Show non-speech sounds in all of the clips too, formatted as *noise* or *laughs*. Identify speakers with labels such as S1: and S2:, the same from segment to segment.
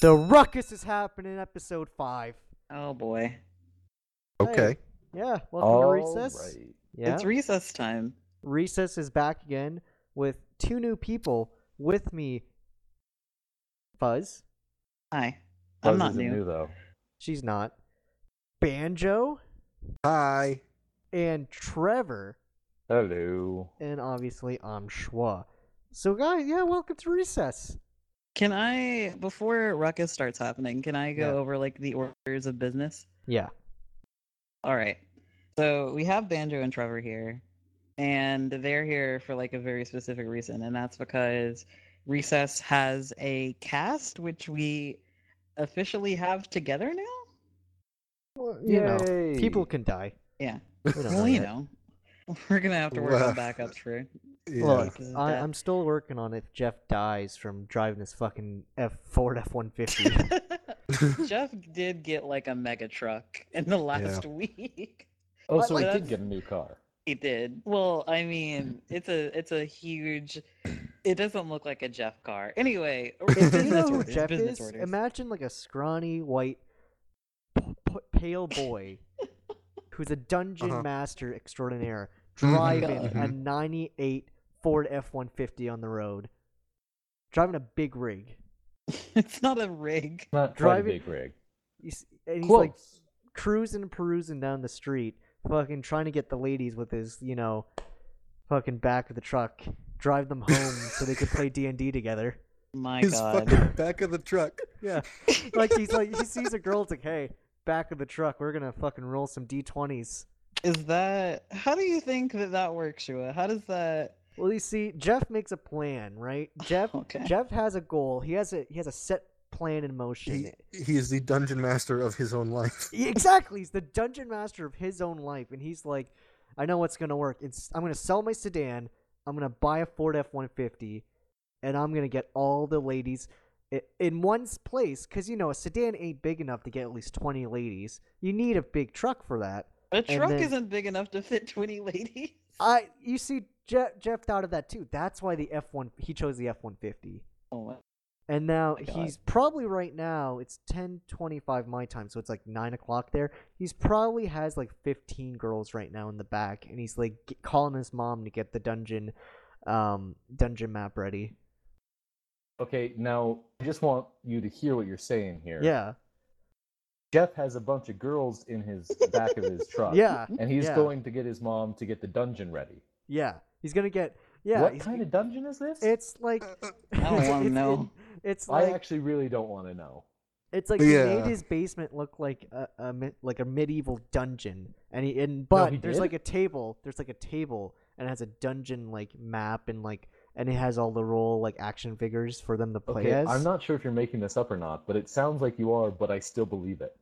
S1: The ruckus is happening, episode five.
S2: Oh boy.
S3: Okay.
S1: Hey, yeah, welcome
S2: All
S1: to recess.
S3: right.
S1: Yeah,
S2: It's recess time.
S1: recess is back again with two new people with me. Fuzz,
S2: Hi.
S3: Buzz
S2: I'm not
S3: isn't
S2: new.
S3: though.
S1: she's not. Banjo
S3: Hi.
S1: and Trevor,
S3: Hello.
S1: and obviously I'm Schwa. So guys, yeah, welcome to recess.
S2: Can I before ruckus starts happening, can I go
S1: Yeah.
S2: over like the orders of business?
S1: Yeah,
S2: All right. So we have Banjo and Trevor here, and they're here for like a very specific reason, and that's because Recess has a cast which we officially have together now.
S1: you know,
S3: Yay.
S1: people can die.
S2: Yeah.
S1: We don't
S2: Well,
S1: know
S2: you
S1: yet.
S2: know, we're gonna have to work on
S3: Well,
S2: backups for.
S3: Yeah.
S1: Look,
S2: Because of
S1: I,
S2: death.
S1: I'm still working on if Jeff dies from driving his fucking F Ford F one
S2: *laughs*
S1: fifty.
S2: Jeff did get like a mega truck in the last *laughs* week.
S3: oh,
S2: I
S3: so
S2: like
S3: I
S2: that.
S3: did get a new car.
S2: He did. Well, I mean, it's a it's a huge. It doesn't look like a Jeff car. *laughs* Anyway, or-
S1: If you
S2: business
S1: know who
S2: orders,
S1: Jeff is,
S2: business orders. *laughs*
S1: imagine like a scrawny white p- p- pale
S2: *laughs*
S1: boy who's a dungeon
S3: Uh-huh. Mm-hmm.
S1: master extraordinaire driving
S2: God.
S1: a 98 Ford F150 on the road. Driving a big rig.
S2: it's not a rig.
S3: Not
S1: Drive
S3: drive
S1: it-
S3: big rig.
S1: He's, and he's like cruising and perusing down the street, fucking trying to get the ladies with his, you know, fucking back of the truck, drive them home so they could play D&D together.
S2: My
S4: his
S2: God.
S4: fucking back of the truck.
S1: Yeah. Like he's like he sees a girl it's like, "Hey, back of the truck, we're going to fucking roll some D20s."
S2: Is that how do you think that that works, Shua? How does that?
S1: Well, you see, Jeff makes a plan, right? Jeff
S2: Okay.
S1: Jeff has a goal. He has a he has a set plan in motion.
S4: He, he is the dungeon master of his own life.
S1: He- exactly. He's the dungeon master of his own life, and he's like, I know what's gonna work. It's I'm gonna sell my sedan. I'm gonna buy a Ford F150, and I'm gonna get all the ladies i- in one place because you know a sedan ain't big enough to get at least 20 ladies. You need a big truck for that.
S2: A truck
S1: then-
S2: isn't big enough to fit twenty ladies.
S1: I you see, Jeff Jeff thought of that too. That's why the F1 he chose the F150.
S2: *laughs* Oh, wow.
S1: And now
S2: my
S3: Oh,
S2: God.
S1: he's probably right now it's ten twenty five my time, so it's like nine o'clock there. He's probably has like fifteen girls right now in the back, and he's like g calling his mom to get the dungeon, um, dungeon map ready.
S3: Okay, now I just want you to hear what you're saying here.
S1: Yeah,
S3: Jeff has a bunch of girls in his back of his truck.
S1: Yeah,
S3: And he's
S1: yeah.
S3: going to get his mom to get the dungeon ready.
S1: yeah, he's gonna get yeah.
S3: what
S1: he's-
S3: kind of dungeon is this?
S1: It's like
S2: *laughs* I don't
S1: it's-
S2: wanna
S1: *laughs* it's-
S2: know.
S1: It's
S3: I
S1: like
S3: actually really don't want to know.
S1: it's like he
S4: Yeah.
S1: made his basement look like a, a mi- like a medieval dungeon, and he and but
S3: he
S1: there's
S3: did?
S1: like a table, there's like a table, and it has a dungeon like map and like and it has all the role like action figures for them to play
S3: Okay,
S1: as.
S3: I'm not sure if you're making this up or not, but it sounds like you are, but I still believe it.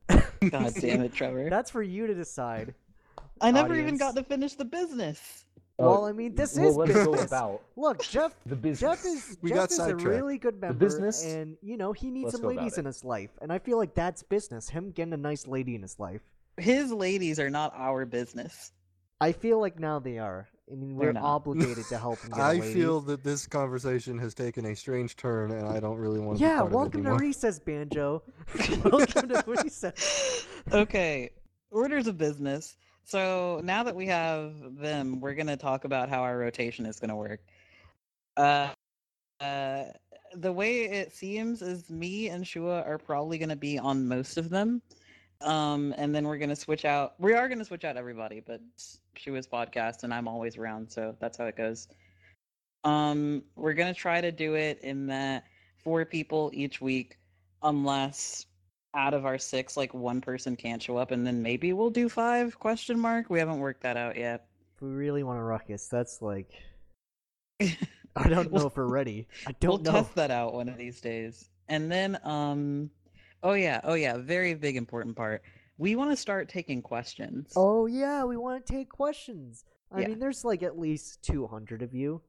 S2: God damn it, Trevor!
S1: That's for you to decide.
S2: I never even
S1: audience.
S2: got to finish the business.
S3: Uh,
S1: well, I mean, this
S3: well,
S1: is
S3: let's
S1: business.
S3: go about
S1: Look, Jeff.
S3: the business.
S1: Jeff is
S4: We
S1: Jeff
S4: got
S1: is a
S4: sidetracked.
S1: really good member,
S3: business?
S1: and you know he needs
S3: Let's
S1: some
S3: go about
S1: ladies in
S3: it.
S1: his life, and I feel like that's business. Him getting a nice lady in his life.
S2: His ladies are not our business.
S1: I feel like now they are. I mean,
S2: They're
S1: we're
S2: not.
S1: obligated to
S4: *laughs*
S1: help him get a
S4: I
S1: lady.
S4: feel that this conversation has taken a strange turn, and I don't really want to.
S1: Yeah,
S4: be part
S1: welcome
S4: of it
S1: to
S4: anymore.
S1: recess,
S2: *laughs*
S1: banjo. *laughs* welcome to recess.
S2: okay, orders of business. So now that we have them, we're going to talk about how our rotation is going to work. Uh, uh, the way it seems is me and Shua are probably going to be on most of them. Um, and then we're going to switch out. We are going to switch out everybody, but Shua's podcast and I'm always around. So that's how it goes. Um, we're going to try to do it in that four people each week, unless out of our six, like one person can't show up, and then maybe we'll do five? Question *laughs* mark. We haven't worked that out yet.
S1: If we really want a ruckus, that's like I don't
S2: We'll-
S1: know if we're ready. I don't
S2: *laughs* we'll
S1: know.
S2: test that out one of these days. And then, um, oh yeah, oh yeah, very big important part. We want to start taking questions.
S1: Oh yeah, we want to take questions. I
S2: Yeah.
S1: mean, there's like at least 200 of you.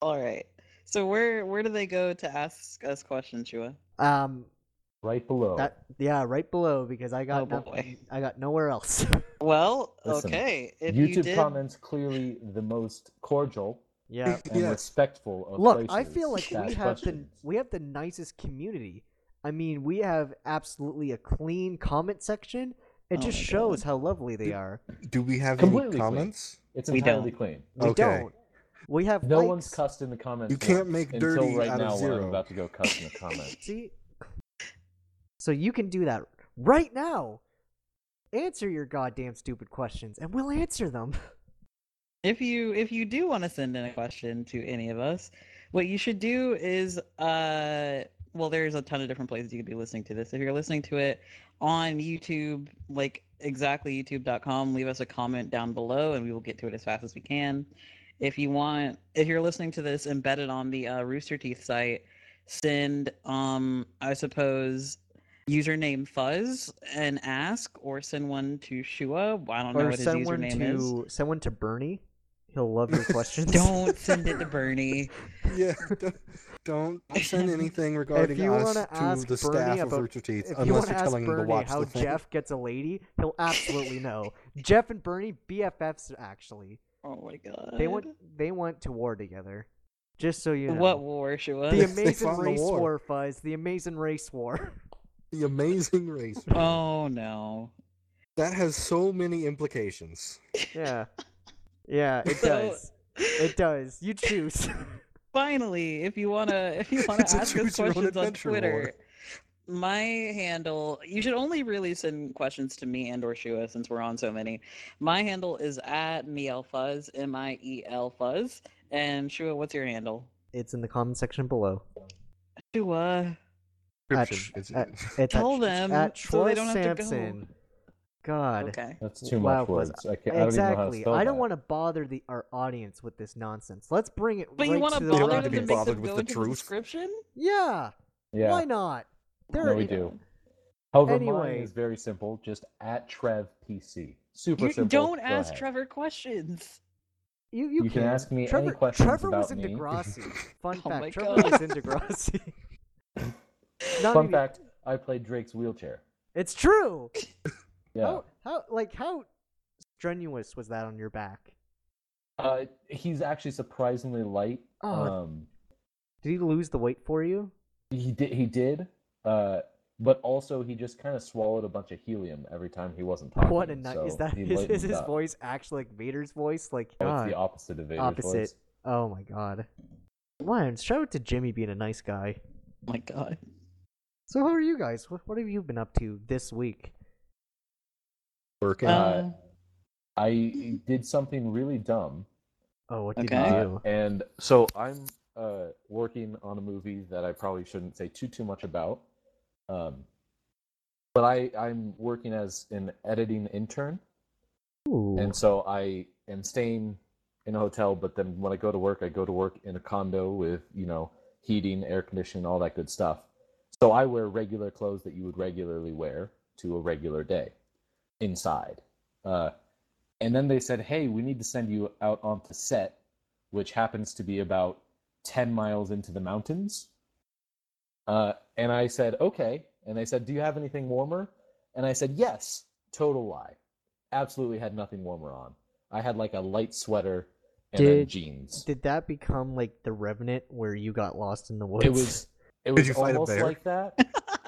S2: All right. So where where do they go to ask us questions, Shua?
S1: Um,
S3: Right below.
S1: that yeah, right below because I got
S2: Oh,
S1: noth-
S2: boy.
S1: I got nowhere else. *laughs*
S2: Well,
S3: Listen,
S2: okay. If
S3: YouTube
S2: you did,
S3: comments clearly the most cordial
S2: *laughs*
S1: yeah.
S3: and
S4: Yes.
S3: respectful of
S1: Look, I
S3: places
S1: feel like
S3: to
S1: we have
S3: ask
S1: the
S3: questions.
S1: we have the nicest community. I mean, we have absolutely a clean comment section. It
S2: Oh
S1: just
S2: my
S1: shows
S2: God.
S1: how lovely they are.
S4: Do we have
S3: Completely
S4: any
S3: clean.
S4: comments?
S3: It's
S2: We
S3: entirely
S2: don't.
S3: clean.
S1: We
S4: Okay.
S1: don't. We have
S3: No
S1: likes.
S3: one's cussed in the comments.
S4: You can't
S3: once,
S4: make
S3: until
S4: dirty
S3: right
S4: out of
S3: now when I'm
S4: zero.
S3: about to go cuss in the comments.
S1: See? So you can do that right now. Answer your goddamn stupid questions and we'll answer them.
S2: if you if you do want to send in a question to any of us, what you should do is uh well there's a ton of different places you could be listening to this. If you're listening to it on YouTube, like exactly youtube.com, leave us a comment down below and we will get to it as fast as we can. If you want if you're listening to this embedded on the uh, Rooster Teeth site, send um I suppose username fuzz and ask or send one to Shua. I don't know
S1: Or
S2: what his
S1: send one
S2: username is.
S1: to someone to Bernie. He'll love
S2: *laughs*
S1: your questions.
S2: Don't send it to Bernie.
S4: Yeah. *laughs* Don't,
S1: *laughs*
S4: don't send anything regarding
S1: you
S4: us
S1: wanna
S4: to
S1: ask
S4: the
S1: Bernie
S4: staff of
S1: about-
S4: Rooster Teeth
S1: If you
S4: unless
S1: want
S4: you're
S1: to ask
S4: telling them to
S1: Bernie
S4: watch
S1: how
S4: the thing.
S1: Jeff gets a lady, he'll *laughs* absolutely know. Jeff and Bernie BFFs actually.
S2: *laughs* Oh my god.
S1: They want they went to war together. Just so you know.
S2: What war she *laughs* was?
S1: the
S4: They
S1: amazing
S4: fought in the
S1: race
S4: war.
S1: war, Fuzz. The amazing race
S2: *laughs*
S1: war.
S4: *laughs*
S1: *laughs*
S4: The Amazing Race.
S2: oh no.
S4: That has so many implications.
S1: Yeah. Yeah, it
S2: So-
S1: does. It does. You choose. *laughs*
S2: Finally, if you wanna if you wanna
S4: It's a
S2: ask us
S4: choose your own
S2: questions on
S4: adventure war.
S2: Twitter, my handle you should only really send questions to me and or Shua since we're on so many. My handle is at E Fuzz, M I E L Fuzz. And Shua, what's your handle?
S1: It's in the comment section below.
S2: Shua.
S1: At-
S4: Description, it's-
S1: at- *laughs* it's at-
S2: Tell
S1: it's
S2: them
S1: at
S2: so
S1: Troy
S2: they don't have to go.
S1: Sampson. God.
S2: Okay.
S3: That's too
S1: Wow,
S3: much
S1: Fuzz.
S3: words. I, can't, I don't even know how to
S1: exactly.
S3: spell
S1: I don't
S3: that.
S1: want to bother the our audience with this nonsense. Let's bring it
S2: But
S1: right
S2: you want
S1: to
S2: to
S1: the
S4: They don't
S2: bother
S4: have
S2: them
S4: to be
S2: to
S1: audience.
S2: make
S4: bothered
S2: them
S4: with
S2: go
S4: the
S2: into
S4: truth.
S2: description?
S1: Yeah,
S3: Yeah.
S1: Why not? There
S3: No,
S1: are-
S3: we do. However, mine
S1: Anyway.
S3: is very simple. Just at Trev PC. Super
S2: You
S3: simple.
S2: don't
S3: Go
S2: ask
S3: ahead.
S2: Trevor questions.
S1: You, you,
S3: You can ask me any
S1: Trevor,
S3: questions
S1: Trevor was
S3: about
S1: in
S3: me. *laughs*
S1: Degrassi. Fun
S2: Oh my
S1: fact: Trevor
S2: God.
S1: was in Degrassi. Not
S3: Fun
S1: even-
S3: fact: I played Drake's wheelchair.
S1: It's true.
S3: Yeah.
S1: How, how like how strenuous was that on your back?
S3: Uh, he's actually surprisingly light.
S1: Oh.
S3: Um,
S1: Did he lose the weight for you?
S3: he did. He did. Uh, but also he just kind of swallowed a bunch of helium every time he wasn't talking.
S1: What a night!
S3: so
S1: is that
S3: he
S1: his, *laughs* is
S3: lightened
S1: his
S3: up.
S1: voice actually like Vader's voice? Like
S3: Oh, it's
S1: God.
S3: the opposite of Vader's
S1: opposite.
S3: voice.
S1: Oh my God. Lions, shout out to Jimmy being a nice guy.
S2: Oh my god.
S1: So how are you guys? What, what have you been up to this week?
S4: Working.
S3: Uh, I did something really dumb.
S1: Oh, what did
S2: Okay.
S1: you
S3: Uh,
S1: do?
S3: and so I'm uh, working on a movie that I probably shouldn't say too too much about. Um, but I I'm working as an editing intern,
S1: Ooh.
S3: and so I am staying in a hotel. But then when I go to work, I go to work in a condo with you know heating, air conditioning, all that good stuff. So I wear regular clothes that you would regularly wear to a regular day inside. Uh, and then they said, hey, we need to send you out onto set, which happens to be about 10 miles into the mountains. Uh, and I said, okay. And they said, do you have anything warmer? And I said, yes. Total lie. Absolutely had nothing warmer on. I had like a light sweater and then
S1: Did-
S3: jeans.
S1: Did that become like the Revenant where you got lost in the woods?
S3: It was it
S4: Did
S3: was
S4: you fight a
S3: almost
S4: bear?
S3: like that.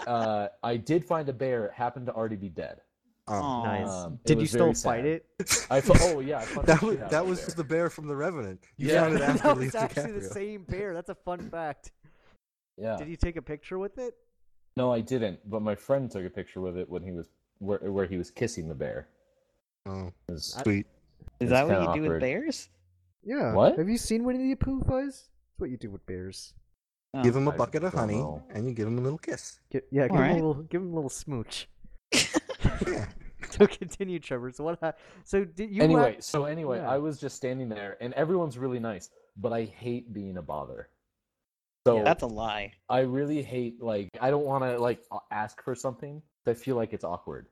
S3: uh, I did find a bear. It happened to already be dead.
S4: Um,
S1: *laughs* nice.
S3: Um, it
S1: Did you
S3: was very
S1: still fight
S3: sad.
S1: it?
S3: *laughs* I fu- oh yeah, I punched
S4: that
S3: the
S4: was
S3: shit out
S4: that
S3: of
S4: was
S3: bear.
S4: the bear from The Revenant. You
S1: *laughs*
S3: Yeah.
S4: found it after
S1: that was
S4: Leo
S1: actually the
S4: DiCaprio.
S1: same bear. That's a fun fact.
S3: yeah.
S1: Did you take a picture with it?
S3: No, I didn't. But my friend took a picture with it when he was where, where he was kissing the bear.
S4: Oh,
S3: It was-
S4: sweet.
S2: Is
S3: It's
S2: that what you
S3: kinda
S2: do with
S3: awkward.
S2: bears?
S1: Yeah.
S3: What?
S1: Have you seen Winnie the Pooh, Fuzz? That's what you do with bears.
S2: Oh.
S4: Give him a
S3: I
S4: bucket of
S3: don't
S4: honey,
S3: know.
S4: and you give him a
S1: *laughs*
S4: little kiss.
S1: Gi- yeah, give, him
S2: Alright.
S1: a little, give him a little smooch. *laughs*
S4: Yeah.
S1: so continue, Trevor. So what? ha- So did you?
S3: anyway,
S1: have-
S3: so anyway,
S1: yeah.
S3: I was just standing there, and everyone's really nice. but I hate being a bother. So
S2: That's a lie.
S3: I really hate like I don't want to like a- ask for something. 'cause I feel like it's awkward.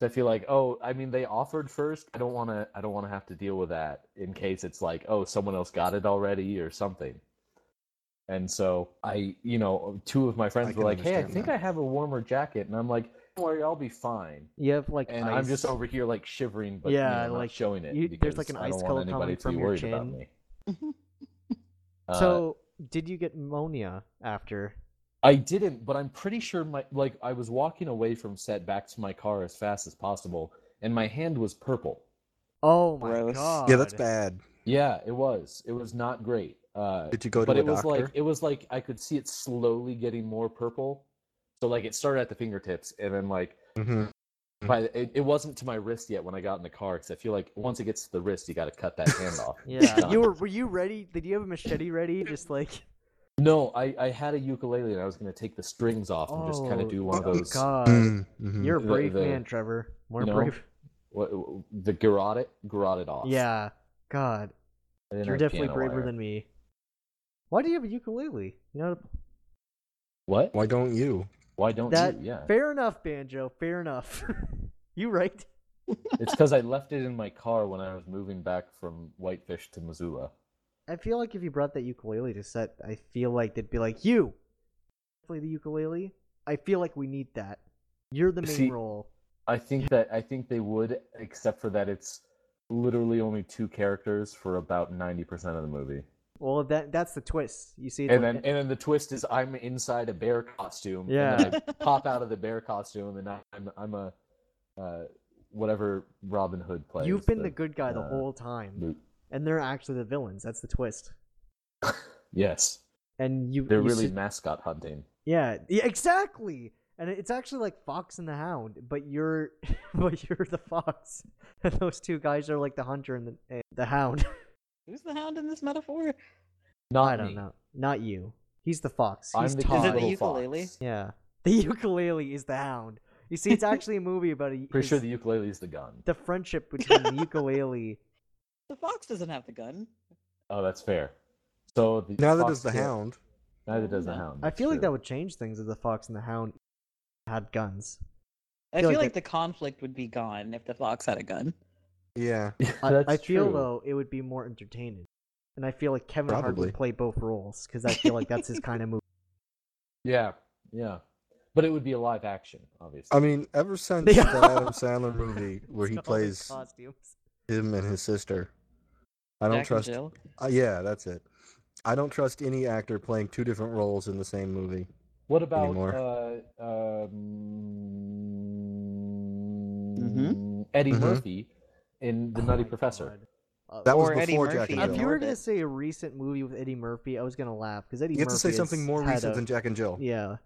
S3: 'Cause I feel like oh, I mean they offered first. I don't want to. I don't want to have to deal with that in case it's like oh someone else got it already or something. And so I, you know, two of my friends were
S4: can
S3: like, "Hey, I
S4: understand
S3: think
S4: that.
S3: I have a warmer jacket," and I'm like, "Don't worry, I'll be fine."
S1: You have like
S3: And I'm
S1: ice.
S3: just over here like shivering, but
S1: Yeah,
S3: yeah,
S1: like,
S3: like showing it.
S1: you- there's, like,
S3: because
S1: an
S3: I don't
S1: ice
S3: want
S1: color
S3: anybody
S1: coming
S3: to be
S1: from your
S3: worried about
S1: chin.
S3: me.
S1: *laughs*
S3: Uh,
S1: So, did you get pneumonia after?
S3: I didn't, but I'm pretty sure my like I was walking away from set back to my car as fast as possible, and my hand was purple.
S1: Oh my
S2: Gross.
S1: god.
S4: Yeah, that's bad.
S3: Yeah, it was. It was not great. Uh,
S4: Did you go to
S3: but
S4: a
S3: it was like
S4: doctor?
S3: it was like I could see it slowly getting more purple. So like it started at the fingertips, and then like
S4: Mm-hmm.
S3: by the, it, it wasn't to my wrist yet when I got in the car because I feel like once it gets to the wrist, you got to cut that
S1: *laughs*
S3: hand off. It's
S1: Yeah.
S3: *laughs* done.
S1: you were were you ready? Did you have a machete ready? Just like
S4: *laughs*
S3: No, I I had a ukulele and I was gonna take the strings off and just kind
S1: Oh,
S3: of do one of
S1: oh
S3: those
S1: God.
S4: Mm-hmm.
S1: You're a
S3: The-
S1: brave
S3: the-
S1: man, Trevor. More
S3: you know, *laughs*
S1: brave.
S3: what, the garroted garroted off.
S1: Yeah. God.
S3: I didn't
S1: You're
S3: have
S1: definitely
S3: piano
S1: braver
S3: wire.
S1: than me. Why do you have a ukulele? You know
S3: What?
S4: Why don't you?
S3: Why don't
S1: that
S3: you? Oh, Yeah.
S1: fair enough, Banjo, fair enough. *laughs* you right.
S3: it's because I left it in my car when I was moving back from Whitefish to Missoula.
S1: I feel like if you brought that ukulele to set, I feel like they'd be like, You play the ukulele? I feel like we need that. You're the main
S3: See-
S1: role.
S3: I think that I think they would, except for that it's literally only two characters for about ninety percent of the movie.
S1: Well that that's the twist. You see it's
S3: And then
S1: like-
S3: and then the twist is I'm inside a bear costume. And
S1: Yeah.
S2: *laughs*
S3: then I pop out of the bear costume and I- I'm I'm a uh, whatever Robin Hood plays.
S1: you've been the good guy the
S3: uh,
S1: whole time.
S3: Luke.
S1: And they're actually the villains. That's the twist.
S3: Yes.
S1: And you
S3: They're
S1: you
S3: really
S1: sit-
S3: mascot hunting.
S1: Yeah, yeah, exactly. And it- it's actually like Fox and the Hound, but you're *laughs* but you're the fox, *laughs* and those two guys are like the hunter and the and the hound.
S2: Who's the hound in this metaphor?
S3: Not
S1: I don't
S3: me.
S1: know, not you. He's the fox.
S3: I'm
S1: He's
S3: the
S1: Todd.
S2: Is it the
S3: little
S2: ukulele?
S3: fox.
S1: yeah, *laughs* the ukulele is the hound. You see, it's actually a movie about a,
S3: Pretty sure
S1: his-
S3: the ukulele is the gun.
S1: the friendship between the
S3: *laughs*
S1: ukulele.
S2: The fox doesn't have the gun.
S3: Oh, that's fair. So the
S4: Neither
S3: fox
S4: does the
S3: kill-
S4: hound.
S3: Neither does the
S2: Yeah.
S3: hound.
S1: I
S3: that's
S1: feel like that
S3: true.
S1: would change things if the fox and the hound had guns. feel
S2: I feel,
S1: like
S2: like,
S1: that-
S2: the conflict would be gone if the fox had a gun.
S1: *laughs*
S4: Yeah.
S1: I,
S3: That's
S1: I feel
S3: true.
S1: though it would be more entertaining, and I feel like Kevin Hart
S4: Probably.
S1: would play both roles because I feel like that's
S3: *laughs*
S1: his kind of movie.
S3: Yeah, yeah, but it would be a live action, obviously.
S4: I mean, ever since
S1: Yeah.
S4: that Adam
S1: *laughs*
S4: Sandler movie where he
S1: It's all his
S4: plays
S1: costumes.
S4: him and his sister, I don't
S2: Jack
S4: trust.
S2: And Jill.
S4: Uh, yeah, that's it. I don't trust any actor playing two different roles in the same movie.
S3: what about
S4: anymore.
S3: uh, um, Eddie
S4: Mhm.
S3: Murphy in
S1: Mm-hmm.
S3: The
S1: Oh
S3: Nutty
S1: my
S3: Professor?
S1: God. Uh,
S4: That was
S2: Or Eddie
S4: before
S2: Murphy.
S4: Jack and
S2: I've
S4: Jill.
S1: if you were gonna
S2: Orbit.
S1: say a recent movie with Eddie Murphy, I was gonna laugh because Eddie
S4: You have
S1: Murphy
S4: to say something
S1: has
S4: more
S1: had
S4: recent
S1: a-
S4: than Jack and Jill.
S1: Yeah,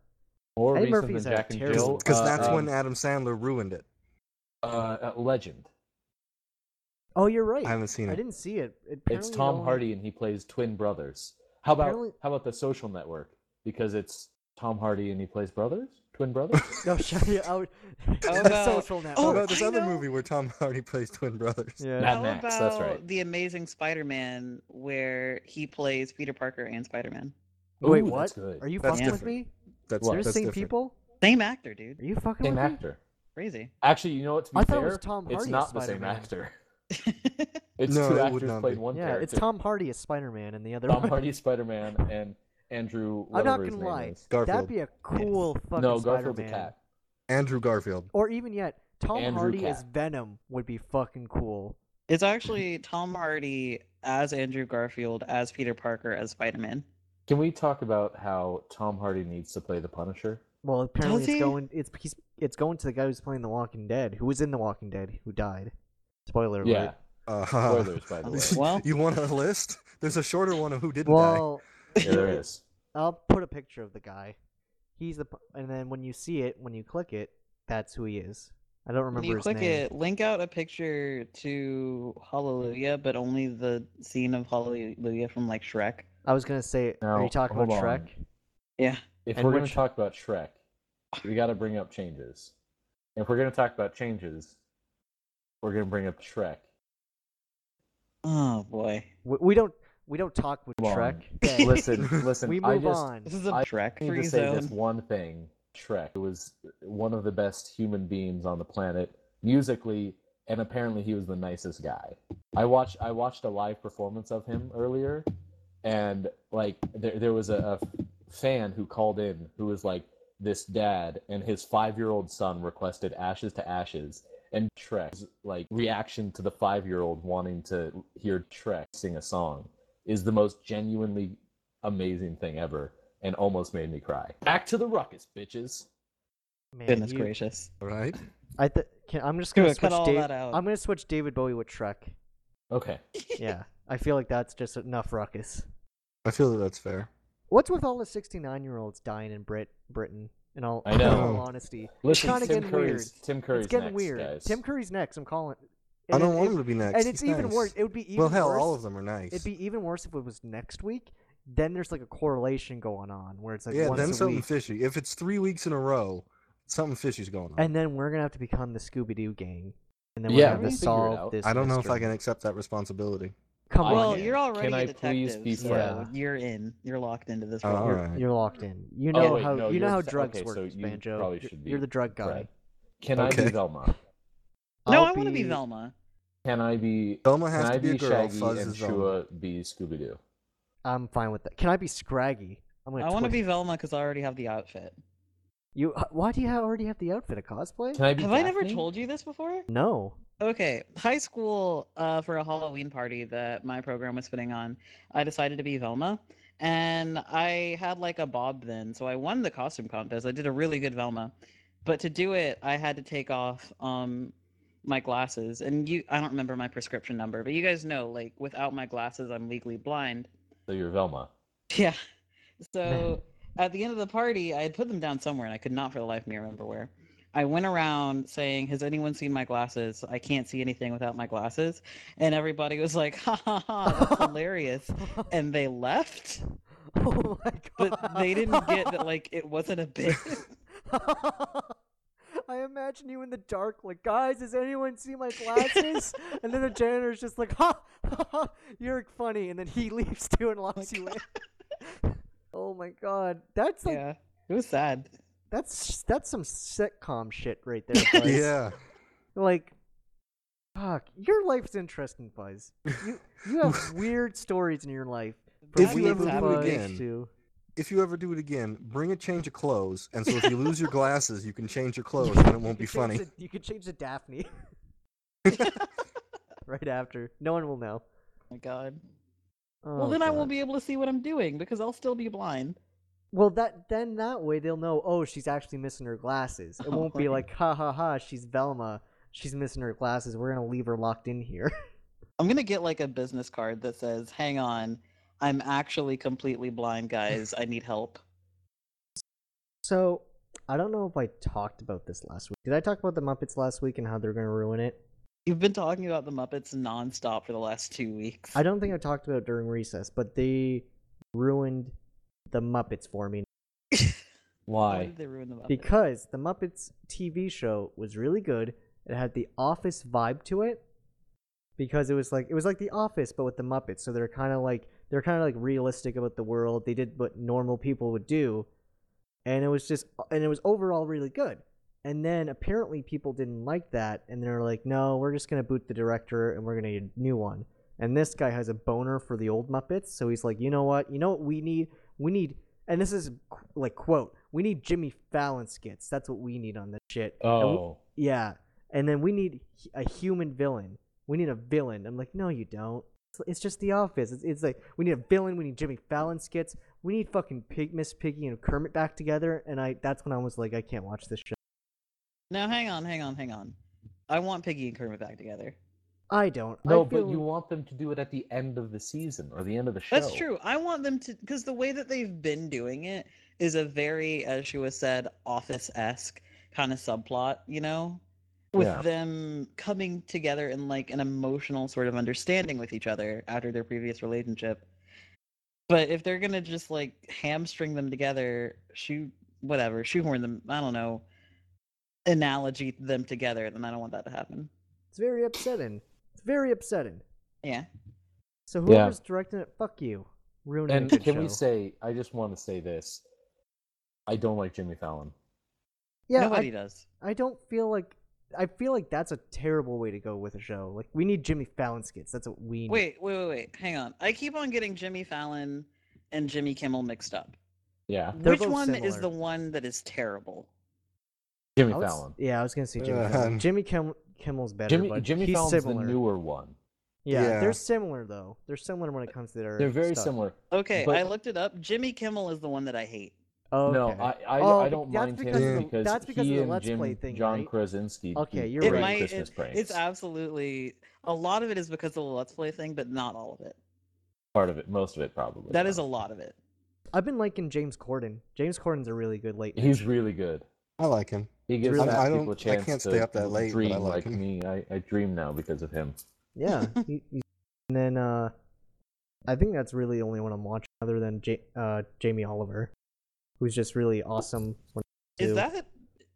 S3: More
S1: Eddie
S3: recent
S1: Murphy's
S3: than
S1: had a
S3: Jack and
S1: terrible-
S3: Jill,
S4: Because
S3: uh,
S4: that's when
S3: um,
S4: Adam Sandler ruined it.
S3: uh, uh, Legend.
S1: Oh, you're right.
S4: I haven't seen
S1: I
S4: *laughs* it.
S1: didn't see it. It-
S3: It's
S1: apparently it
S3: Tom
S1: only- *laughs*
S3: Hardy, and he plays twin brothers. How about
S1: Apparently-
S3: how about The Social Network? Because it's Tom Hardy, and he plays brothers,
S1: *laughs*
S3: twin brothers.
S1: No, Oh, shut it out. *laughs*
S2: about-
S1: Social network.
S4: What
S2: Oh,
S4: about this
S2: I
S4: other
S2: know.
S4: movie where Tom Hardy plays twin brothers?
S1: yeah.
S3: Mad
S2: How
S3: Max,
S2: about
S3: that's right.
S2: the Amazing Spider-Man, where he plays Peter Parker and Spider-Man?
S1: Oh, Wait,
S3: Ooh,
S1: what?
S3: that's good.
S1: Are you
S4: That's
S1: fucking with
S4: different.
S1: me?
S4: That's
S3: What?
S1: You're
S4: that's
S1: the same
S4: different.
S1: people?
S2: Same actor, dude.
S1: Are you fucking
S3: Same
S1: with me?
S3: actor.
S2: Crazy.
S3: Actually, you know what? To be
S1: I
S3: fair,
S1: thought it was Tom Hardy
S3: it's
S1: as
S3: not the same
S1: Spider-Man.
S3: actor.
S1: *laughs*
S3: It's
S4: No,
S3: two
S4: it would
S3: actors
S4: not
S3: played
S4: be.
S3: one
S1: yeah,
S3: character.
S1: it's Tom Hardy as Spider-Man, and the other.
S3: Tom
S1: one-
S3: Hardy, Spider Man, and Andrew.
S1: I'm not
S3: whatever his
S1: gonna
S3: name
S1: lie.
S3: is.
S4: Garfield.
S1: That'd be a cool fucking
S3: No,
S1: Spider-Man.
S3: Garfield's a cat.
S4: Andrew Garfield.
S1: Or even yet, Tom
S3: Andrew
S1: Hardy
S3: Cat.
S1: as Venom would be fucking cool.
S2: It's actually Tom Hardy as Andrew Garfield as Peter Parker as Spider-Man.
S3: Can we talk about how Tom Hardy needs to play the Punisher?
S1: Well, apparently
S2: Does
S1: it's
S2: he?
S1: going. It's he's, it's going to the guy who's playing The Walking Dead, who was in The Walking Dead, who died. Spoiler alert.
S3: Yeah.
S4: Uh,
S3: Spoilers,
S4: *laughs*
S3: by the way.
S2: Well-
S4: you want a list? There's a shorter one of who didn't die.
S1: Well,
S3: Yeah, *laughs* there is.
S1: I'll put a picture of the guy. He's the p- and then when you see it, when you click it, that's who he is. I don't
S2: When
S1: remember
S2: you
S1: his
S2: click
S1: name.
S2: it, link out a picture to Hallelujah, but only the scene of Hallelujah from like Shrek.
S1: I was gonna say, are
S3: Now,
S1: you talking about
S3: hold on.
S1: Shrek?
S2: Yeah.
S3: If
S1: And
S3: we're going
S1: which-
S3: to talk about Shrek, we got to bring up changes. If we're going to talk about changes, we're going to bring up Shrek.
S2: Oh boy.
S1: We, we don't. We don't talk with
S3: Come
S1: Trek.
S3: on.
S1: Okay.
S3: *laughs* Listen,
S1: *laughs*
S3: listen.
S1: we
S3: I
S1: move
S3: just
S1: on.
S2: This is a
S3: I
S2: Trek
S3: need
S2: free
S3: to say this
S2: zone.
S3: one thing. Shrek was one of the best human beings on the planet musically, and apparently he was the nicest guy. I watched I watched a live performance of him earlier, and like there there was a, a fan who called in who was like this dad and his five year old son requested Ashes to Ashes. And Shrek's like reaction to the five year old wanting to hear Shrek sing a song is the most genuinely amazing thing ever and almost made me cry. Back to the ruckus, bitches.
S1: Man,
S2: Goodness
S1: you-
S2: gracious.
S4: Right?
S1: I th- can, I'm just
S2: Do
S1: gonna
S2: it,
S1: switch.
S2: cut all
S1: Dave-
S2: that out.
S1: I'm gonna switch David Bowie with Trek.
S3: Okay.
S1: Yeah, *laughs* I feel like that's just enough ruckus.
S4: I feel that that's fair.
S1: What's with all the 69 year olds dying in Brit Britain? In all,
S3: I
S1: in
S3: know.
S1: all honesty,
S3: Listen,
S1: it's kind of
S3: Tim
S1: getting
S3: Curry's-
S1: weird.
S3: Tim Curry's
S1: it's getting
S3: next,
S1: weird.
S3: guys.
S1: Tim Curry's next. I'm calling.
S4: I
S1: And
S4: don't
S1: it-
S4: want him
S1: it-
S4: to be next.
S1: And it's
S4: He's
S1: even
S4: nice.
S1: worse. It would be even
S4: well, hell,
S1: worse.
S4: all of them are nice.
S1: It'd be even worse if it was next week. Then there's like a correlation going on where it's like
S4: yeah,
S1: once
S4: then
S1: a
S4: something
S1: week,
S4: fishy. If it's three weeks in a row, something fishy's going on.
S1: and then we're gonna have to become the Scooby Doo gang, and then we're
S3: Yeah,
S1: gonna
S3: we
S1: have to
S3: figure it out.
S1: solve this.
S4: I don't know if I
S1: mystery.
S4: can accept that responsibility.
S1: Come
S3: I
S2: well,
S1: on,
S3: can't.
S2: you're already
S3: Can
S2: a
S3: I please
S2: detective,
S3: be
S2: so
S1: friends?
S2: you're in. You're locked into this
S4: Oh,
S2: role.
S4: all *laughs* right.
S1: you're locked in. You
S3: Oh,
S1: know
S3: wait,
S1: how
S3: no,
S1: you know
S3: you're
S1: how
S3: th-
S1: drugs
S3: okay,
S1: work,
S3: so you
S1: Banjo.
S3: probably
S1: You're-
S3: should be
S1: you're the drug guy.
S3: Brad. Can I
S4: Okay.
S3: be Velma?
S2: No,
S1: I'll
S2: I want to be Velma.
S3: Can I be
S4: Velma
S3: can
S4: has
S3: I
S4: to be a girl,
S3: Shaggy
S4: Fuzz
S3: and
S4: is Velma.
S3: Chua be Scooby Doo?
S1: I'm fine with that. Can I be Scraggy? I'm gonna.
S2: I want to
S1: twist-
S2: be Velma because I already have the outfit.
S1: You h- why do you ha- already have the outfit? A cosplay?
S3: Can I be
S2: Have I never
S3: Daphne?
S2: told you this before?
S1: *laughs* No. *laughs*
S2: Okay, high school uh, for a Halloween party that my program was putting on, I decided to be Velma, and I had like a bob then, so I won the costume contest. I did a really good Velma, but to do it, I had to take off um my glasses, and you, I don't remember my prescription number, but you guys know, like without my glasses, I'm legally blind.
S3: So you're Velma.
S2: Yeah. So at the end of the party, I had put them down somewhere and I could not for the life of me remember where. I went around saying, Has anyone seen my glasses? I can't see anything without my glasses. And everybody was like, Ha ha ha,
S1: *laughs*
S2: that's hilarious. And they left,
S1: Oh my god.
S2: but they didn't get that, like, it wasn't
S1: *laughs*
S2: a bit.
S1: I imagine you in the dark, like, guys, does anyone see my
S2: *laughs*
S1: glasses? and then the janitor's just like, ha, ha, ha, you're funny. And then he *laughs* leaves too and locks you
S2: *laughs*
S1: in. oh my god, that's like
S2: yeah. It was sad.
S1: that's that's some sitcom shit
S2: *laughs*
S1: right there. Buzz.
S4: Yeah.
S1: like, fuck, your life's interesting, Buzz. You you *laughs* have weird stories in your life. from
S4: If we
S1: people
S4: ever
S1: who
S4: do it
S1: Buzz
S4: again,
S1: to-
S4: If you ever do it again, bring a change of clothes. And so if you lose your glasses, you can change your clothes and it
S1: *laughs*
S4: won't be
S1: You could change
S4: funny.
S1: the- you could change to *laughs* Daphne. right after. No one will know.
S2: Oh my God.
S1: Oh,
S2: well, then I
S1: God.
S2: won't be able to see what I'm doing because I'll still be blind.
S1: Well, that then that way they'll know. Oh, she's actually missing her glasses. *laughs* It
S2: Oh,
S1: won't be
S2: right.
S1: like, ha ha ha. She's Velma. She's missing her glasses. We're gonna leave her locked in here. *laughs*
S2: I'm gonna get like a business card that says, "Hang on, I'm actually completely blind, guys. I need help."
S1: so I don't know if I talked about this last week. Did I talk about the Muppets last week and how they're gonna ruin it?
S2: You've been talking about the Muppets nonstop for the last two weeks.
S1: I don't think I talked about it during recess, but they ruined the Muppets for me
S2: Why
S3: Why?
S2: did they ruin the Muppets?
S1: because the Muppets TV show was really good. It had the Office vibe to it because it was like it was like the Office but with the Muppets. So they're kind of like they're kind of like realistic about the world. They did what normal people would do, and it was just and it was overall really good. And then apparently people didn't like that, and they're like, no, we're just gonna boot the director and we're gonna get a new one. And this guy has a boner for the old Muppets, so he's like, you know what, you know what we need, we need, and this is qu- like quote, we need Jimmy Fallon skits. That's what we need on this shit. And we-
S3: Oh.
S1: yeah. And then we need h- a human villain. We need a villain. I'm like, no, you don't. It's, it's just The Office. It's, it's like, we need a villain. We need Jimmy Fallon skits. We need fucking Pig, Miss Piggy and Kermit back together. And I, that's when I was like, I can't watch this show.
S2: Now, hang on, hang on, hang on. I want Piggy and Kermit back together.
S1: I don't.
S3: No,
S1: I feel,
S3: but you want them to do it at the end of the season or the end of the show.
S2: That's true. I want them to because the way that they've been doing it is a very, as she was said, office esque kind of subplot. You know, with
S3: Yeah.
S2: them coming together in like an emotional sort of understanding with each other after their previous relationship. But if they're gonna just like hamstring them together, shoe whatever, shoehorn them, I don't know, analogy them together, then I don't want that to happen.
S1: It's very upsetting. It's very upsetting.
S2: Yeah.
S1: So
S3: Yeah.
S1: whoever's directing it, fuck you, ruining
S3: And
S1: a good
S3: can we
S1: show.
S3: say? I just want to say this. I don't like Jimmy Fallon.
S1: Yeah,
S2: Nobody
S1: I,
S2: does.
S1: I don't feel like I feel like that's a terrible way to go with a show. Like we need Jimmy Fallon skits. That's what we need.
S2: Wait, wait, wait, wait. Hang on. I keep on getting Jimmy Fallon and Jimmy Kimmel mixed up.
S3: Yeah,
S1: They're
S2: Which
S1: both
S2: one is
S1: similar.
S2: the one that is terrible?
S3: Jimmy
S1: I was-
S3: Fallon.
S1: Yeah, I was gonna say Jimmy.
S4: Uh,
S1: Fallon. Jimmy Kim, Kimmel's better.
S3: Jimmy
S1: but
S3: Jimmy
S1: he's
S3: Fallon's
S1: similar.
S3: the newer one.
S1: yeah,
S4: Yeah.
S1: they're similar though. They're similar when it comes to their.
S3: They're very
S1: stuff.
S3: similar.
S2: Okay, I
S3: But-
S2: looked it up. Jimmy Kimmel is the one that I hate.
S1: Oh,
S3: No,
S1: okay.
S3: I I,
S1: Oh,
S3: I
S1: but
S3: don't
S1: that's
S3: mind
S1: because
S3: him
S1: of the-
S3: because
S1: that's because
S3: he
S1: of the
S3: and
S1: Let's
S3: Jim
S1: Play thing,
S3: John
S1: right?
S3: Krasinski.
S1: Okay,
S3: keep
S1: you're
S2: It
S3: getting
S1: right.
S2: might.
S3: Christmas
S2: it-
S3: pranks.
S2: it's absolutely. A lot of it is because of the Let's Play thing, but not all of it.
S3: part of it. Most of it probably.
S2: That is a lot of it.
S1: I've been liking James Corden. James Corden's a really good late. night
S3: He's
S1: show.
S3: really good.
S4: I like him.
S3: He gives
S1: really-
S3: fat
S4: I- I
S3: people a
S4: don't- I
S3: chance
S4: can't
S3: to
S4: stay up that late, but I
S3: dream
S4: like
S3: like
S4: him.
S3: me. I, I dream now because of him.
S1: Yeah. he- he- and then uh, I think that's really the only one I'm watching other than J- uh, Jamie Oliver, who's just really awesome. When
S2: Is
S1: too.
S2: that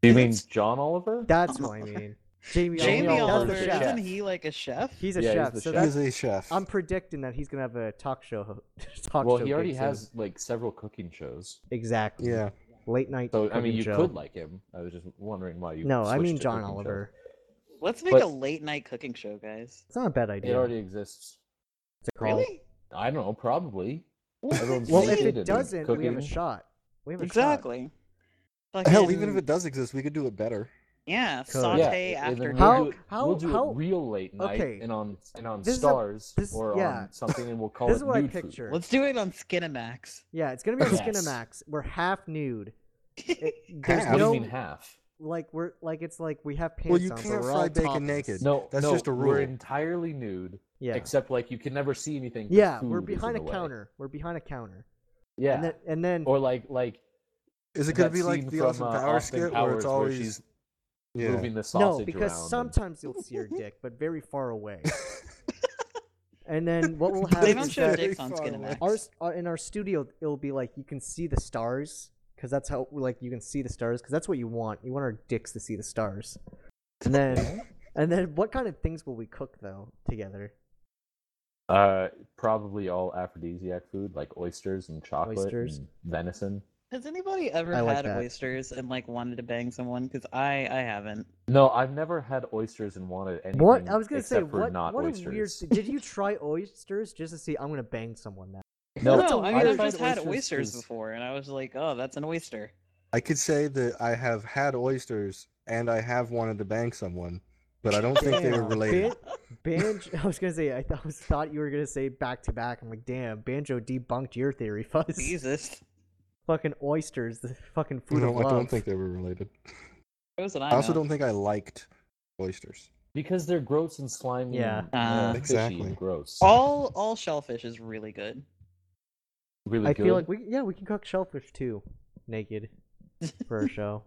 S3: Do you mean
S2: It's-
S3: John Oliver?
S2: *laughs*
S1: That's what I mean. Jamie,
S2: Jamie
S3: Jamie
S1: Oliver.
S2: Oliver?
S1: That's the chef.
S3: Oliver's
S2: Isn't he like a chef?
S1: He's a
S3: Yeah, he's
S1: chef.
S3: the
S1: so
S3: chef.
S1: that's
S4: He's a chef.
S1: I'm predicting that he's gonna have a talk show. *laughs* ho- talk
S3: well,
S1: show
S3: he already
S1: gig soon.
S3: has like several cooking shows.
S1: exactly. *laughs*
S4: yeah.
S1: Late night.
S3: So I mean,
S1: cooking
S3: you
S1: show.
S3: could like him. I was just wondering why you.
S1: No, I
S3: switched
S1: mean
S3: to
S1: John
S3: cooking shows.
S1: Oliver.
S2: Let's make
S3: But-
S2: a late night cooking show, guys.
S1: It's not a bad
S3: It
S1: idea.
S3: already exists.
S1: It's a call.
S2: Really?
S3: I don't know. Probably.
S2: What?
S3: Everyone's
S1: Well,
S3: They
S1: if
S3: did it
S1: it
S3: in
S1: doesn't, we have a
S3: cooking.
S1: shot. We have a shot.
S2: exactly.
S4: Hell, even if
S2: Fucking-
S4: it does exist, we could do it better.
S2: Yeah,
S1: Could.
S2: saute
S3: yeah, and
S2: after
S3: then
S1: How-
S3: We'll do, it-
S1: how-
S3: we'll do
S1: how-
S3: it real late night
S1: Okay.
S3: and on and on
S1: This is a-
S3: stars
S1: this-
S3: or
S1: yeah.
S3: on
S1: *laughs*
S3: something, and we'll call
S1: This
S3: it
S1: is what I
S3: nude food.
S1: picture.
S2: Let's do it on Skinamax.
S1: Yeah, it's gonna be on
S3: Yes.
S1: Skinamax. We're half nude.
S3: *laughs*
S1: It-
S4: Half?
S1: there's
S3: What do
S1: no
S3: you mean half?
S1: like we're like it's like we have pants
S4: Well, you
S1: on,
S4: can't
S1: but we're
S4: fry
S1: all
S4: bacon
S1: topless.
S4: naked.
S3: No,
S4: That's
S3: no,
S4: just a
S3: We're
S4: rule.
S3: entirely nude,
S1: Yeah.
S3: except like you can never see anything. 'cause
S1: yeah, we're
S3: food is
S1: behind a
S3: in the way.
S1: counter. We're behind a counter.
S3: Yeah,
S1: And then and then
S3: or like like
S4: Is it going
S3: that
S4: to be like
S3: scene
S4: the
S3: from,
S4: Austin
S3: uh,
S4: Power
S3: Austin
S4: skit where
S3: Powers
S4: it's always
S3: she's *laughs*
S4: yeah.
S3: moving the sausage
S1: no, because
S3: around and-
S1: sometimes you'll see
S3: *laughs*
S1: your dick, but very far away. and then what
S3: *laughs*
S1: will happen
S2: They
S1: is
S2: don't
S4: It's
S2: show
S1: that
S4: very
S2: dicks on
S4: far
S2: Skinamax.
S1: our, s- our in our studio it'll be like you can see the stars because that's how like you can see the stars because that's what you want you want our dicks to see the stars and then and then what kind of things will we cook though together
S3: Uh, probably all aphrodisiac food like oysters and chocolate
S1: Oysters.
S3: and venison.
S2: Has anybody ever
S1: I like
S2: had
S1: that.
S2: oysters and like wanted to bang someone? Because I I haven't.
S3: No, I've never had oysters and wanted anything.
S1: what i was gonna say
S3: except for
S1: what,
S3: not
S1: what
S3: oysters.
S1: a weird th- did you try oysters just to see i'm gonna bang someone now
S3: No,
S2: no I mean I've
S3: tried
S2: just had
S3: oysters
S2: oysters
S3: 'cause-
S2: before, and I was like, oh, that's an oyster.
S4: I could say that I have had oysters and I have wanted to bang someone, but I don't think they were
S1: Damn,
S4: related.
S1: Ban- banjo *laughs* i was gonna say i th- I was, thought you were gonna say back to back i'm like damn banjo debunked your theory *laughs* fuzz
S2: Jesus.
S1: fucking oysters the fucking food
S4: *laughs* no,
S1: of
S4: I
S1: love
S4: don't think they were related.
S2: Those that
S4: I,
S2: I,
S4: also
S2: know.
S4: don't think I liked oysters.
S3: because they're gross and slimy.
S1: Yeah.
S3: and, uh,
S2: Uh,
S3: fishy
S4: Exactly.
S3: and gross.
S2: All all shellfish is really good.
S3: really
S1: I
S3: good.
S1: feel like we yeah we can cook shellfish too,
S2: *laughs*
S1: naked, for a show,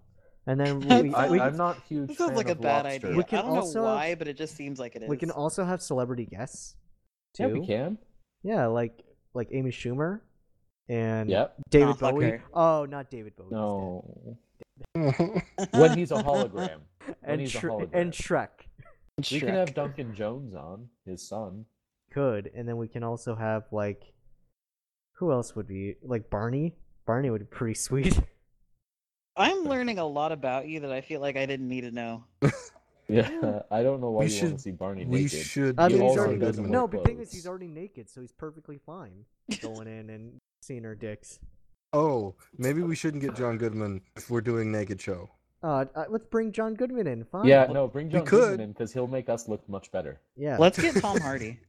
S1: and then
S2: I-
S1: we,
S3: I,
S1: we,
S3: I'm not huge.
S2: This sounds
S3: fan
S2: like a
S3: of
S2: bad
S3: lobster.
S2: idea.
S1: We can
S2: I don't
S1: also-
S2: know why, but it just seems like it is.
S1: we can also have celebrity guests too.
S3: Yeah, we can.
S1: Yeah, like like Amy Schumer, and
S3: Yep.
S1: David
S2: Nah, fuck
S1: Bowie.
S2: her.
S1: Oh, not David Bowie. he's *laughs*
S3: No.
S4: I
S2: *laughs*
S3: When he's a hologram.
S1: dead.
S3: When
S1: and
S3: he's a
S1: Shre-
S3: hologram.
S1: and Shrek
S3: we can
S2: Shrek.
S3: have Duncan Jones on, his son.
S1: could, and then we can also have like, who else would be like Barney? Barney would be pretty *laughs* sweet.
S2: I'm learning a lot about you that I feel like I didn't need to know.
S3: Yeah, *laughs* I don't know why you want
S4: We should-
S3: to see Barney
S4: we
S3: naked.
S4: should
S1: I
S4: do
S1: mean, he's
S3: He
S4: also
S3: also
S1: already
S4: does
S3: doesn't
S4: more
S1: no,
S3: wear
S1: but thing is,
S3: clothes.
S1: he's already naked, so he's perfectly
S2: *laughs*
S1: fine going in and seeing her dicks.
S4: Oh, maybe we shouldn't get John Goodman if we're doing Naked Show.
S1: Uh, uh, let's bring John Goodman in. Fine.
S3: Yeah, no, bring John
S4: could.
S3: Goodman in because he'll make us look much better.
S1: Yeah.
S2: Let's get Tom Hardy,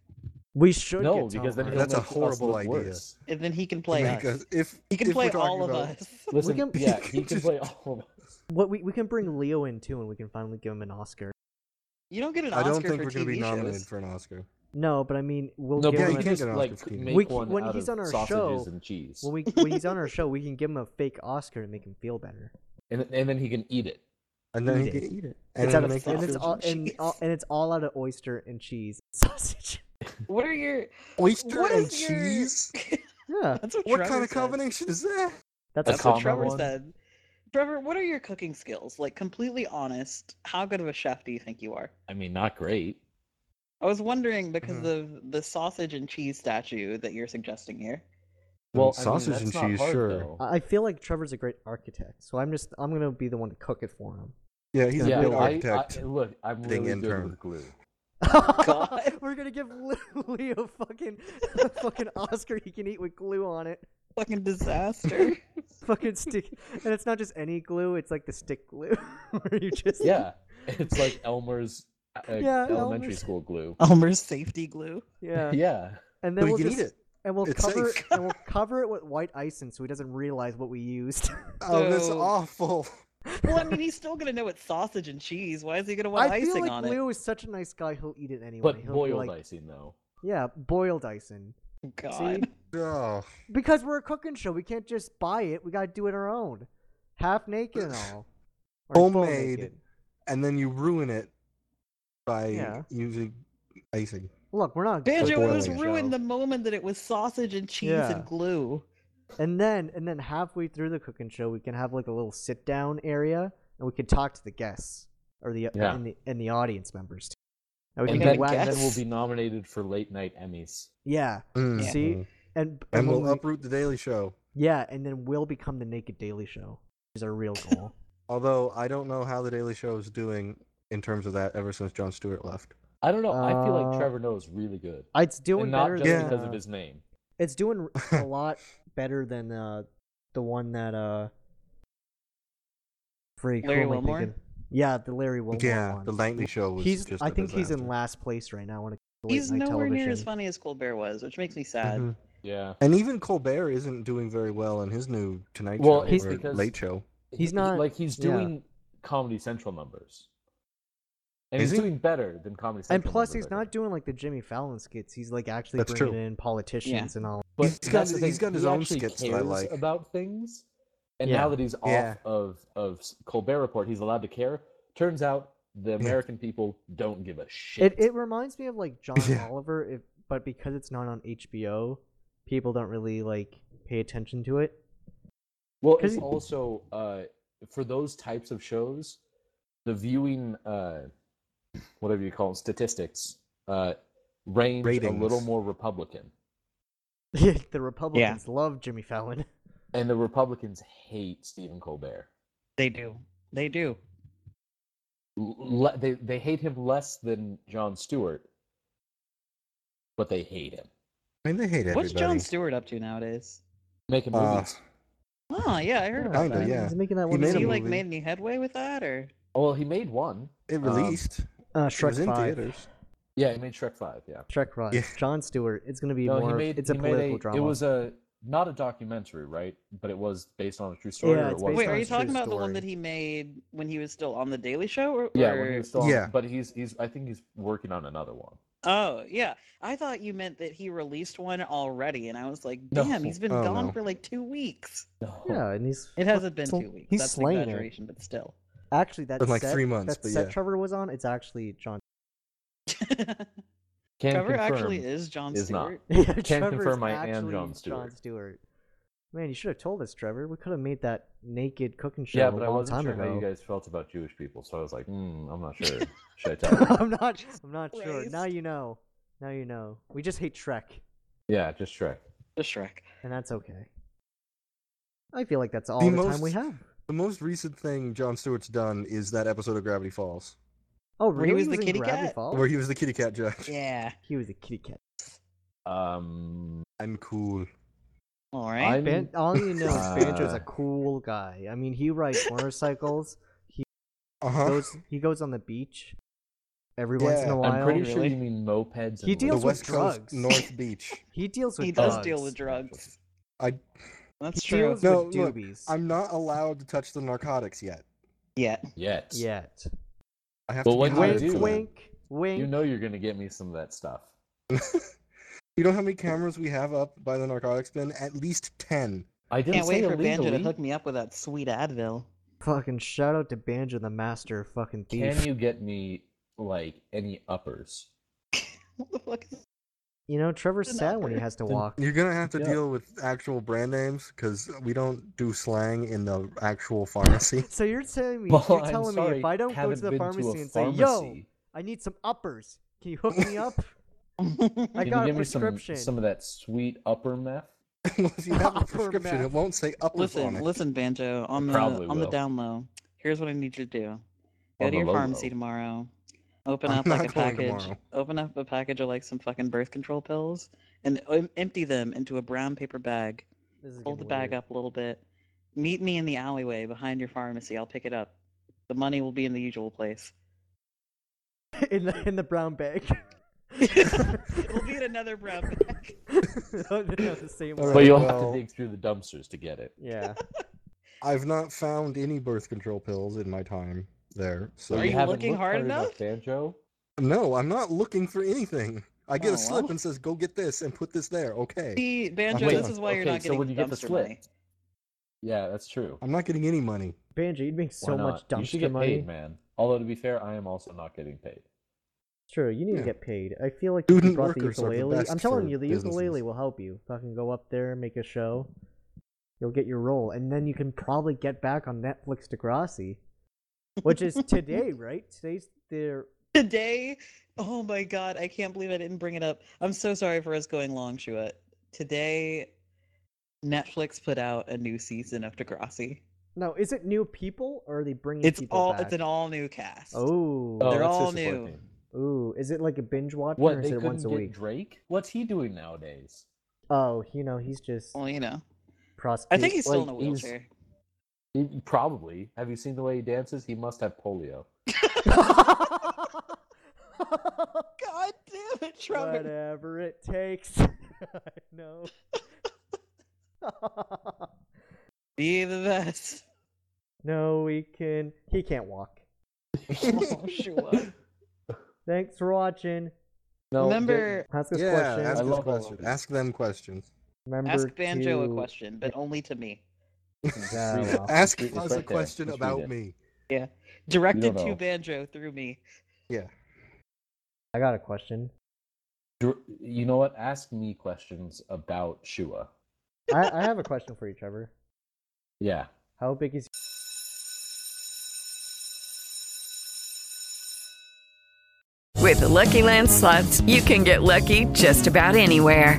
S1: we should.
S3: No,
S1: get Tom
S3: because then
S1: Hardy.
S3: he'll
S4: That's a
S3: make us
S4: horrible
S3: look
S4: idea.
S3: worse.
S2: and then he can
S4: *laughs*
S2: play us.
S4: Make us- if
S2: He can
S4: if we're
S2: play
S4: talking
S2: all of
S4: about-
S2: us. *laughs*
S3: Listen,
S1: can-
S3: yeah,
S4: *laughs*
S3: *laughs* he can
S4: Just-
S3: play all of us.
S1: what we we can bring Leo in too, and we can finally give him an Oscar.
S2: You don't get an
S4: I
S2: Oscar
S4: don't think
S2: for
S4: we're
S2: TV
S4: going to be nominated
S2: shows.
S4: for an Oscar.
S1: No, but I mean, we'll
S3: No,
S1: give
S3: but
S4: Yeah,
S1: him
S3: we
S4: you
S1: a,
S3: can
S4: can't
S3: just
S4: get an
S3: like
S4: Oscar for
S3: make
S1: We c-
S3: one
S1: when
S3: out
S1: he's
S3: of
S1: on our
S3: sausages
S1: show,
S3: and cheese,
S1: *laughs* when we when he's on our show, we can give him a fake Oscar to make him feel better.
S3: and and then he can eat it.
S4: And then
S1: Eat
S4: he
S1: it.
S4: can eat it.
S1: It's
S4: then
S1: out of,
S4: make
S1: and
S4: it
S1: it's
S4: feel
S1: all and, all and it's all out of oyster and *laughs* cheese sausage.
S2: What are your
S4: oyster
S2: what
S4: and
S2: is your-
S4: cheese?
S2: *laughs*
S1: Yeah,
S2: That's what,
S4: What
S2: Trevor
S4: kind of
S2: said.
S4: combination is that?
S1: that's
S3: A
S2: That's
S3: combo
S2: what Trevor
S3: one?
S2: said. Trevor, what are your cooking skills? Like completely honest, how good of a chef do you think you are?
S3: I mean, not great.
S2: I was wondering because of the sausage and cheese statue that you're suggesting here.
S3: Well,
S4: sausage and cheese, sure.
S3: Uh,
S1: I I feel like Trevor's a great architect, so I'm just I'm gonna be the one to cook it for him. *laughs*
S4: Yeah, he's
S3: yeah,
S4: a good
S3: no, I-
S4: architect.
S3: I, look, I'm
S4: Ding
S3: really good
S4: intern.
S3: with glue.
S2: God.
S1: We're gonna give Leo fucking *laughs* fucking Oscar he can eat with glue on it.
S2: Fucking *laughs* disaster.
S1: Fucking stick, and it's not just any glue; it's like the stick glue *laughs* where you just
S3: Yeah, it's like Elmer's uh,
S1: Yeah,
S3: elementary
S1: Elmer's.
S3: school glue.
S2: Elmer's safety glue.
S1: yeah.
S3: Yeah,
S1: And then
S4: but you
S1: we'll
S4: can
S1: just
S4: eat it.
S1: and we'll
S4: It's
S1: cover it,
S4: safe.
S1: and we'll cover it with white icing so he doesn't realize what we
S2: *laughs*
S1: used.
S4: Oh, that's
S2: So-
S4: awful. *laughs*
S2: Well, I mean, he's still gonna know it's sausage and cheese. Why is he gonna want
S1: I
S2: icing
S1: feel like
S2: on it?
S1: Leo is such a nice guy; he'll eat it anyway.
S3: but
S1: He'll be
S3: boiled
S1: like,
S3: icing though.
S1: Yeah, boiled icing.
S2: God.
S4: Oh,
S1: Because we're a cooking show, we can't just buy it. We gotta do it our own, half naked and all. Or full
S4: Homemade.
S1: naked.
S4: and then you ruin it by
S1: Yeah.
S4: using icing.
S1: Look, we're not. a
S2: Banjo, it
S1: cooking
S2: was
S1: show.
S2: ruined the moment that it was sausage and cheese
S1: Yeah.
S2: and glue.
S1: And then, and then halfway through the cooking show, we can have like a little sit down area, and we can talk to the guests or the
S3: Yeah.
S1: and the and the audience members. Too. And we
S3: And
S1: can
S3: then,
S1: do wax-
S3: and then we'll
S2: guess.
S3: be nominated for late night Emmys.
S1: yeah,
S4: Mm.
S2: Yeah.
S1: See?
S4: Mhm.
S1: and
S4: and
S1: we'll-
S4: we'll uproot the Daily Show.
S1: yeah, and then we'll become the Naked Daily Show, which is our real
S3: *laughs*
S1: goal.
S4: Although I don't know how the Daily Show is doing in terms of that ever since Jon Stewart left.
S3: I don't know. I feel like
S1: Uh,
S3: Trevor knows really good,
S1: it's doing
S3: and not
S1: better
S3: just
S1: than,
S3: because of
S1: uh,
S3: his name.
S1: It's
S4: *laughs*
S1: doing a lot better than uh, the one that uh. Freak, who
S2: Larry
S1: am I
S2: Wilmore?
S1: thinking? Yeah, the Larry Wilmore.
S4: yeah,
S1: one.
S4: the Nightly Show was
S1: he's.
S4: just
S1: I
S4: a
S1: think he's in
S4: disaster.
S1: last place right now. When it comes to
S2: He's
S1: late night
S2: nowhere
S1: television.
S2: near as funny as Colbert was, which makes me sad.
S4: Mhm.
S3: Yeah,
S4: And even Colbert isn't doing very well in his new Tonight
S3: Well,
S4: Show
S3: he's-
S4: or
S3: because-
S4: Late Show.
S1: He's
S3: He-
S1: not-
S3: like he's
S1: yeah.
S3: doing Comedy Central numbers, and
S4: Is
S3: he's
S4: he?
S3: doing better than Comedy
S1: And
S3: Central.
S1: plus,
S3: numbers,
S1: he's
S3: I
S1: not
S3: think.
S1: doing like the Jimmy Fallon skits. He's like actually
S4: That's
S1: bringing
S4: true.
S1: in politicians and all.
S3: But
S4: He's got
S3: that's the
S4: his- he's
S3: thing,
S4: got his
S3: he
S4: own
S3: actually
S4: skits that I
S3: cares
S4: like.
S3: about things, and
S1: Yeah.
S3: now that he's off
S4: Yeah.
S3: of of Colbert Report, he's allowed to care. Turns out the American people don't give a shit.
S1: It it reminds me of like John
S4: *laughs* Yeah.
S1: Oliver, if, but because it's not on HBO, people don't really like pay attention to it. *laughs*
S3: Well,
S1: 'Cause
S3: it's
S1: he-
S3: also uh, for those types of shows, the viewing, uh, whatever you call it, statistics, uh, range a little
S4: Ratings.
S3: more Republican,
S1: the Republicans love Jimmy Fallon.
S3: and the Republicans hate Stephen Colbert.
S2: They do. They do.
S3: L- le- they they hate him less than John Stewart, but they hate him.
S4: I mean, they hate everybody.
S2: What's John Stewart up to nowadays?
S3: Making
S4: Uh,
S3: movies.
S2: Oh yeah, I heard about
S4: Kinda,
S2: that.
S4: *laughs* yeah.
S1: He's making that
S4: He
S1: one.
S4: made
S2: Has
S4: a
S2: he like
S4: movie.
S2: made any headway with that or?
S3: well, he made one.
S4: It
S3: um,
S4: released.
S1: uh,
S4: it was
S1: Shrek
S4: in
S1: Five.
S4: theaters.
S3: Yeah, he made Shrek Five. Yeah.
S1: Shrek Five.
S4: Yeah.
S1: John Stewart. It's gonna be
S3: No,
S1: more.
S3: he
S1: of-
S3: made.
S1: it's a
S3: he made
S1: political
S3: a-
S1: drama.
S3: It was a not a documentary, right? But it was based on a true story.
S1: Yeah,
S3: or it
S1: it's based
S3: wasn't?
S2: Wait,
S1: on
S2: are
S1: a
S2: you talking
S4: true
S2: about the one
S4: story.
S2: that he made when he was still on the Daily Show? Or,
S3: Yeah, when he was still on,
S4: Yeah.
S3: but he's he's I think he's working on another one.
S2: Oh yeah, I thought you meant that he released one already, and I was like,
S3: No.
S2: damn, he's been
S4: Oh,
S2: gone
S4: no.
S2: for like two weeks.
S3: No.
S1: Yeah, and he's
S2: It hasn't been
S1: So
S2: two weeks.
S1: he's
S2: That's an
S1: slaying it.
S2: exaggeration, but *laughs* still.
S1: actually that
S4: Been like
S1: set-
S4: three months,
S1: That
S4: but
S1: set
S4: yeah.
S1: Trevor was on. It's actually John.
S3: Can
S2: Trevor
S3: confirm.
S2: actually is John
S3: is not.
S1: *laughs*
S2: Stewart.
S1: Trevor's
S3: confirm I am
S1: actually
S3: Jon Stewart.
S1: Stewart. Man, you should have told us, Trevor. We could have made that naked cooking show
S3: Yeah,
S1: a
S3: but I
S1: long
S3: wasn't
S1: time
S3: sure how
S1: ago.
S3: you guys felt about Jewish people, so I was like, mm, I'm not sure.
S1: *laughs*
S3: Should I tell you?
S1: I'm not. I'm not sure. Now
S2: Christ.
S1: you know. Now you know. We just hate Shrek,
S3: Yeah, just Shrek.
S2: The Shrek.
S1: and that's okay. I feel like that's all
S4: The
S1: the, time
S4: most-
S1: we have.
S4: The most recent thing John Stewart's done is that episode of Gravity Falls,
S1: Oh,
S2: Where
S1: really?
S2: he was the
S1: in
S2: kitty
S1: Gravity
S2: cat?
S1: Falls?
S4: where he was the kitty cat judge. *laughs*
S2: Yeah.
S1: He was a kitty cat.
S3: Um,
S4: I'm cool.
S2: All right.
S3: I'm-
S1: Ban- all you know is
S3: *laughs* Uh,
S1: Banjo's a cool guy. I mean, he
S3: *laughs*
S1: rides motorcycles.
S4: Uh
S1: He
S4: huh.
S1: goes. He goes on the beach every once in
S4: Yeah.
S1: a while.
S3: I'm pretty sure
S2: really?
S3: you mean mopeds.
S1: He
S3: and
S4: The
S1: deals
S3: lizards.
S1: with
S4: West Coast
S1: drugs.
S4: North Beach.
S1: He deals with.
S2: He does
S1: drugs.
S2: deal with drugs.
S4: I
S2: That's
S1: he
S2: true.
S1: deals
S4: No,
S1: with
S4: look,
S1: doobies
S4: I'm not allowed to touch the narcotics yet.
S2: Yeah.
S3: Yet.
S1: yet.
S4: I have
S3: But
S4: to
S3: when
S4: be
S3: you
S4: hired
S1: Wink,
S3: do,
S4: for that.
S1: wink, wink.
S3: You know you're gonna get me some of that stuff.
S4: *laughs* You know how many cameras we have up by the narcotics bin? At least ten.
S3: I didn't
S2: Can't
S3: say
S2: wait for
S3: illegally.
S2: Banjo to hook me up with that sweet Advil. *laughs*
S1: Fucking shout out to Banjo the Master, fucking thief.
S3: Can you get me like any uppers?
S2: What the fuck is
S1: You know, Trevor's
S2: An
S1: sad when he
S2: upper.
S1: has to
S3: Then-
S1: walk.
S4: You're gonna have to
S3: Yeah.
S4: deal with actual brand names because we don't do slang in the actual pharmacy.
S1: *laughs* So you're telling me,
S3: *laughs* Well,
S1: you're
S3: I'm
S1: telling me
S3: sorry,
S1: if I don't go
S3: haven't
S1: to the
S3: been
S1: pharmacy
S3: a
S1: and say, "Yo,
S3: pharmacy."
S1: I need some uppers," Can you hook
S3: *laughs*
S1: me up? I
S3: Can
S1: got
S3: you
S1: a
S3: give me some
S1: prescription.
S3: some of that sweet upper meth?
S4: *laughs* Unless you have a *laughs*
S1: Upper
S4: prescription, it
S1: mouth.
S4: won't say upper on
S2: Listen,
S4: it.
S2: listen, Banjo. On the
S3: probably
S2: on the
S3: will.
S2: down low. Here's what I need you to do. Go
S3: On
S2: to
S3: the
S2: your
S3: low
S2: pharmacy
S3: low.
S2: tomorrow. Open
S4: I'm
S2: up like a
S4: not going
S2: package.
S4: tomorrow.
S2: Open up a package of like some fucking birth control pills and em- empty them into a brown paper bag.
S1: This is
S2: Hold the
S1: getting
S2: bag
S1: weird.
S2: up a little bit. Meet me in the alleyway behind your pharmacy. I'll pick it up. The money will be in the usual place.
S1: *laughs* in the in the brown
S3: *laughs*
S1: bag. *laughs*
S2: It'll be in another brown *laughs* bag.
S1: No, no, no, the same
S4: All
S1: one.
S3: But
S4: Right,
S3: you'll have
S4: well-
S3: to dig through the dumpsters to get it.
S1: Yeah.
S4: I've not found any birth control pills in my time there. So
S2: Are you
S3: haven't
S2: looking
S3: looked
S2: hard enough?
S3: Banjo?
S4: no, I'm not looking for anything. I get
S2: Oh,
S4: a slip
S2: well.
S4: and says, "Go get this and put this there." Okay,
S2: See, Banjo,
S4: Wait,
S2: this is why you're
S3: okay,
S2: not
S3: so
S2: getting
S3: when you get the
S2: dumpster
S3: slip,
S2: money.
S3: Yeah, that's true.
S4: I'm not getting any money.
S1: Banjo, you'd make so
S3: Why
S1: much
S3: not?
S1: dumpster
S3: You should get
S1: money.
S3: paid, man. Although to be fair, I am also not getting paid.
S1: True, you need to
S4: Yeah.
S1: get paid. I feel like if you
S4: Student
S1: brought the
S4: workers are the
S1: ukulele. I'm
S4: best
S1: telling
S4: for
S1: you, the
S4: businesses.
S1: ukulele will help you. Fucking go up there, make a show. You'll get your role, and then you can probably get back on Netflix Degrassi, which
S4: *laughs*
S1: is today, right? Today's their
S2: Today, oh my god, I can't believe I didn't bring it up. I'm so sorry for us going long, Shuat. Today, Netflix put out a new season of Degrassi.
S1: no. Is it new people or are they bringing?
S2: It's
S1: people
S2: all
S1: back?
S2: it's an all new cast.
S1: Oh,
S3: Oh,
S2: They're
S3: that's
S2: all
S3: disappointing.
S1: ooh. Is it like a binge watch
S3: What
S1: or
S3: they
S1: is it
S3: couldn't
S1: once a
S3: get
S1: week?
S3: Drake? What's he doing nowadays?
S1: Oh, you know, he's just
S2: Well, you know, I
S1: prostitute.
S2: think he's still in a
S3: like, he's-
S2: wheelchair.
S3: He- probably. Have you seen the way he dances? He must have polio.
S1: *laughs*
S2: *laughs* God damn it, Trevor!
S1: Whatever it takes. *laughs* I
S4: *laughs*
S1: know.
S2: Be the best.
S1: no, we can. He can't walk.
S2: Oh, Shuat.
S1: Thanks for watching.
S3: *laughs* No,
S2: Remember,
S1: Ask us
S4: yeah,
S1: questions.
S4: ask
S3: I
S4: us
S3: love all
S4: questions.
S3: of it.
S4: Ask them questions.
S1: Remember
S2: ask Banjo
S1: to-
S2: a question, but only to me.
S1: Yeah,
S4: *laughs*
S1: well.
S4: ask
S3: Oh, It's
S4: us
S3: right
S4: a
S3: there.
S4: question
S3: Just read
S4: about
S3: it.
S4: me.
S2: Directed
S3: know.
S2: to Banjo through me.
S4: Yeah.
S1: I got a question.
S3: Dr- You know what? Ask me questions about Shua.
S1: I, I have a question for you, Trevor.
S3: Yeah.
S1: How big is?
S5: With the Lucky Land slots, you can get lucky just about anywhere.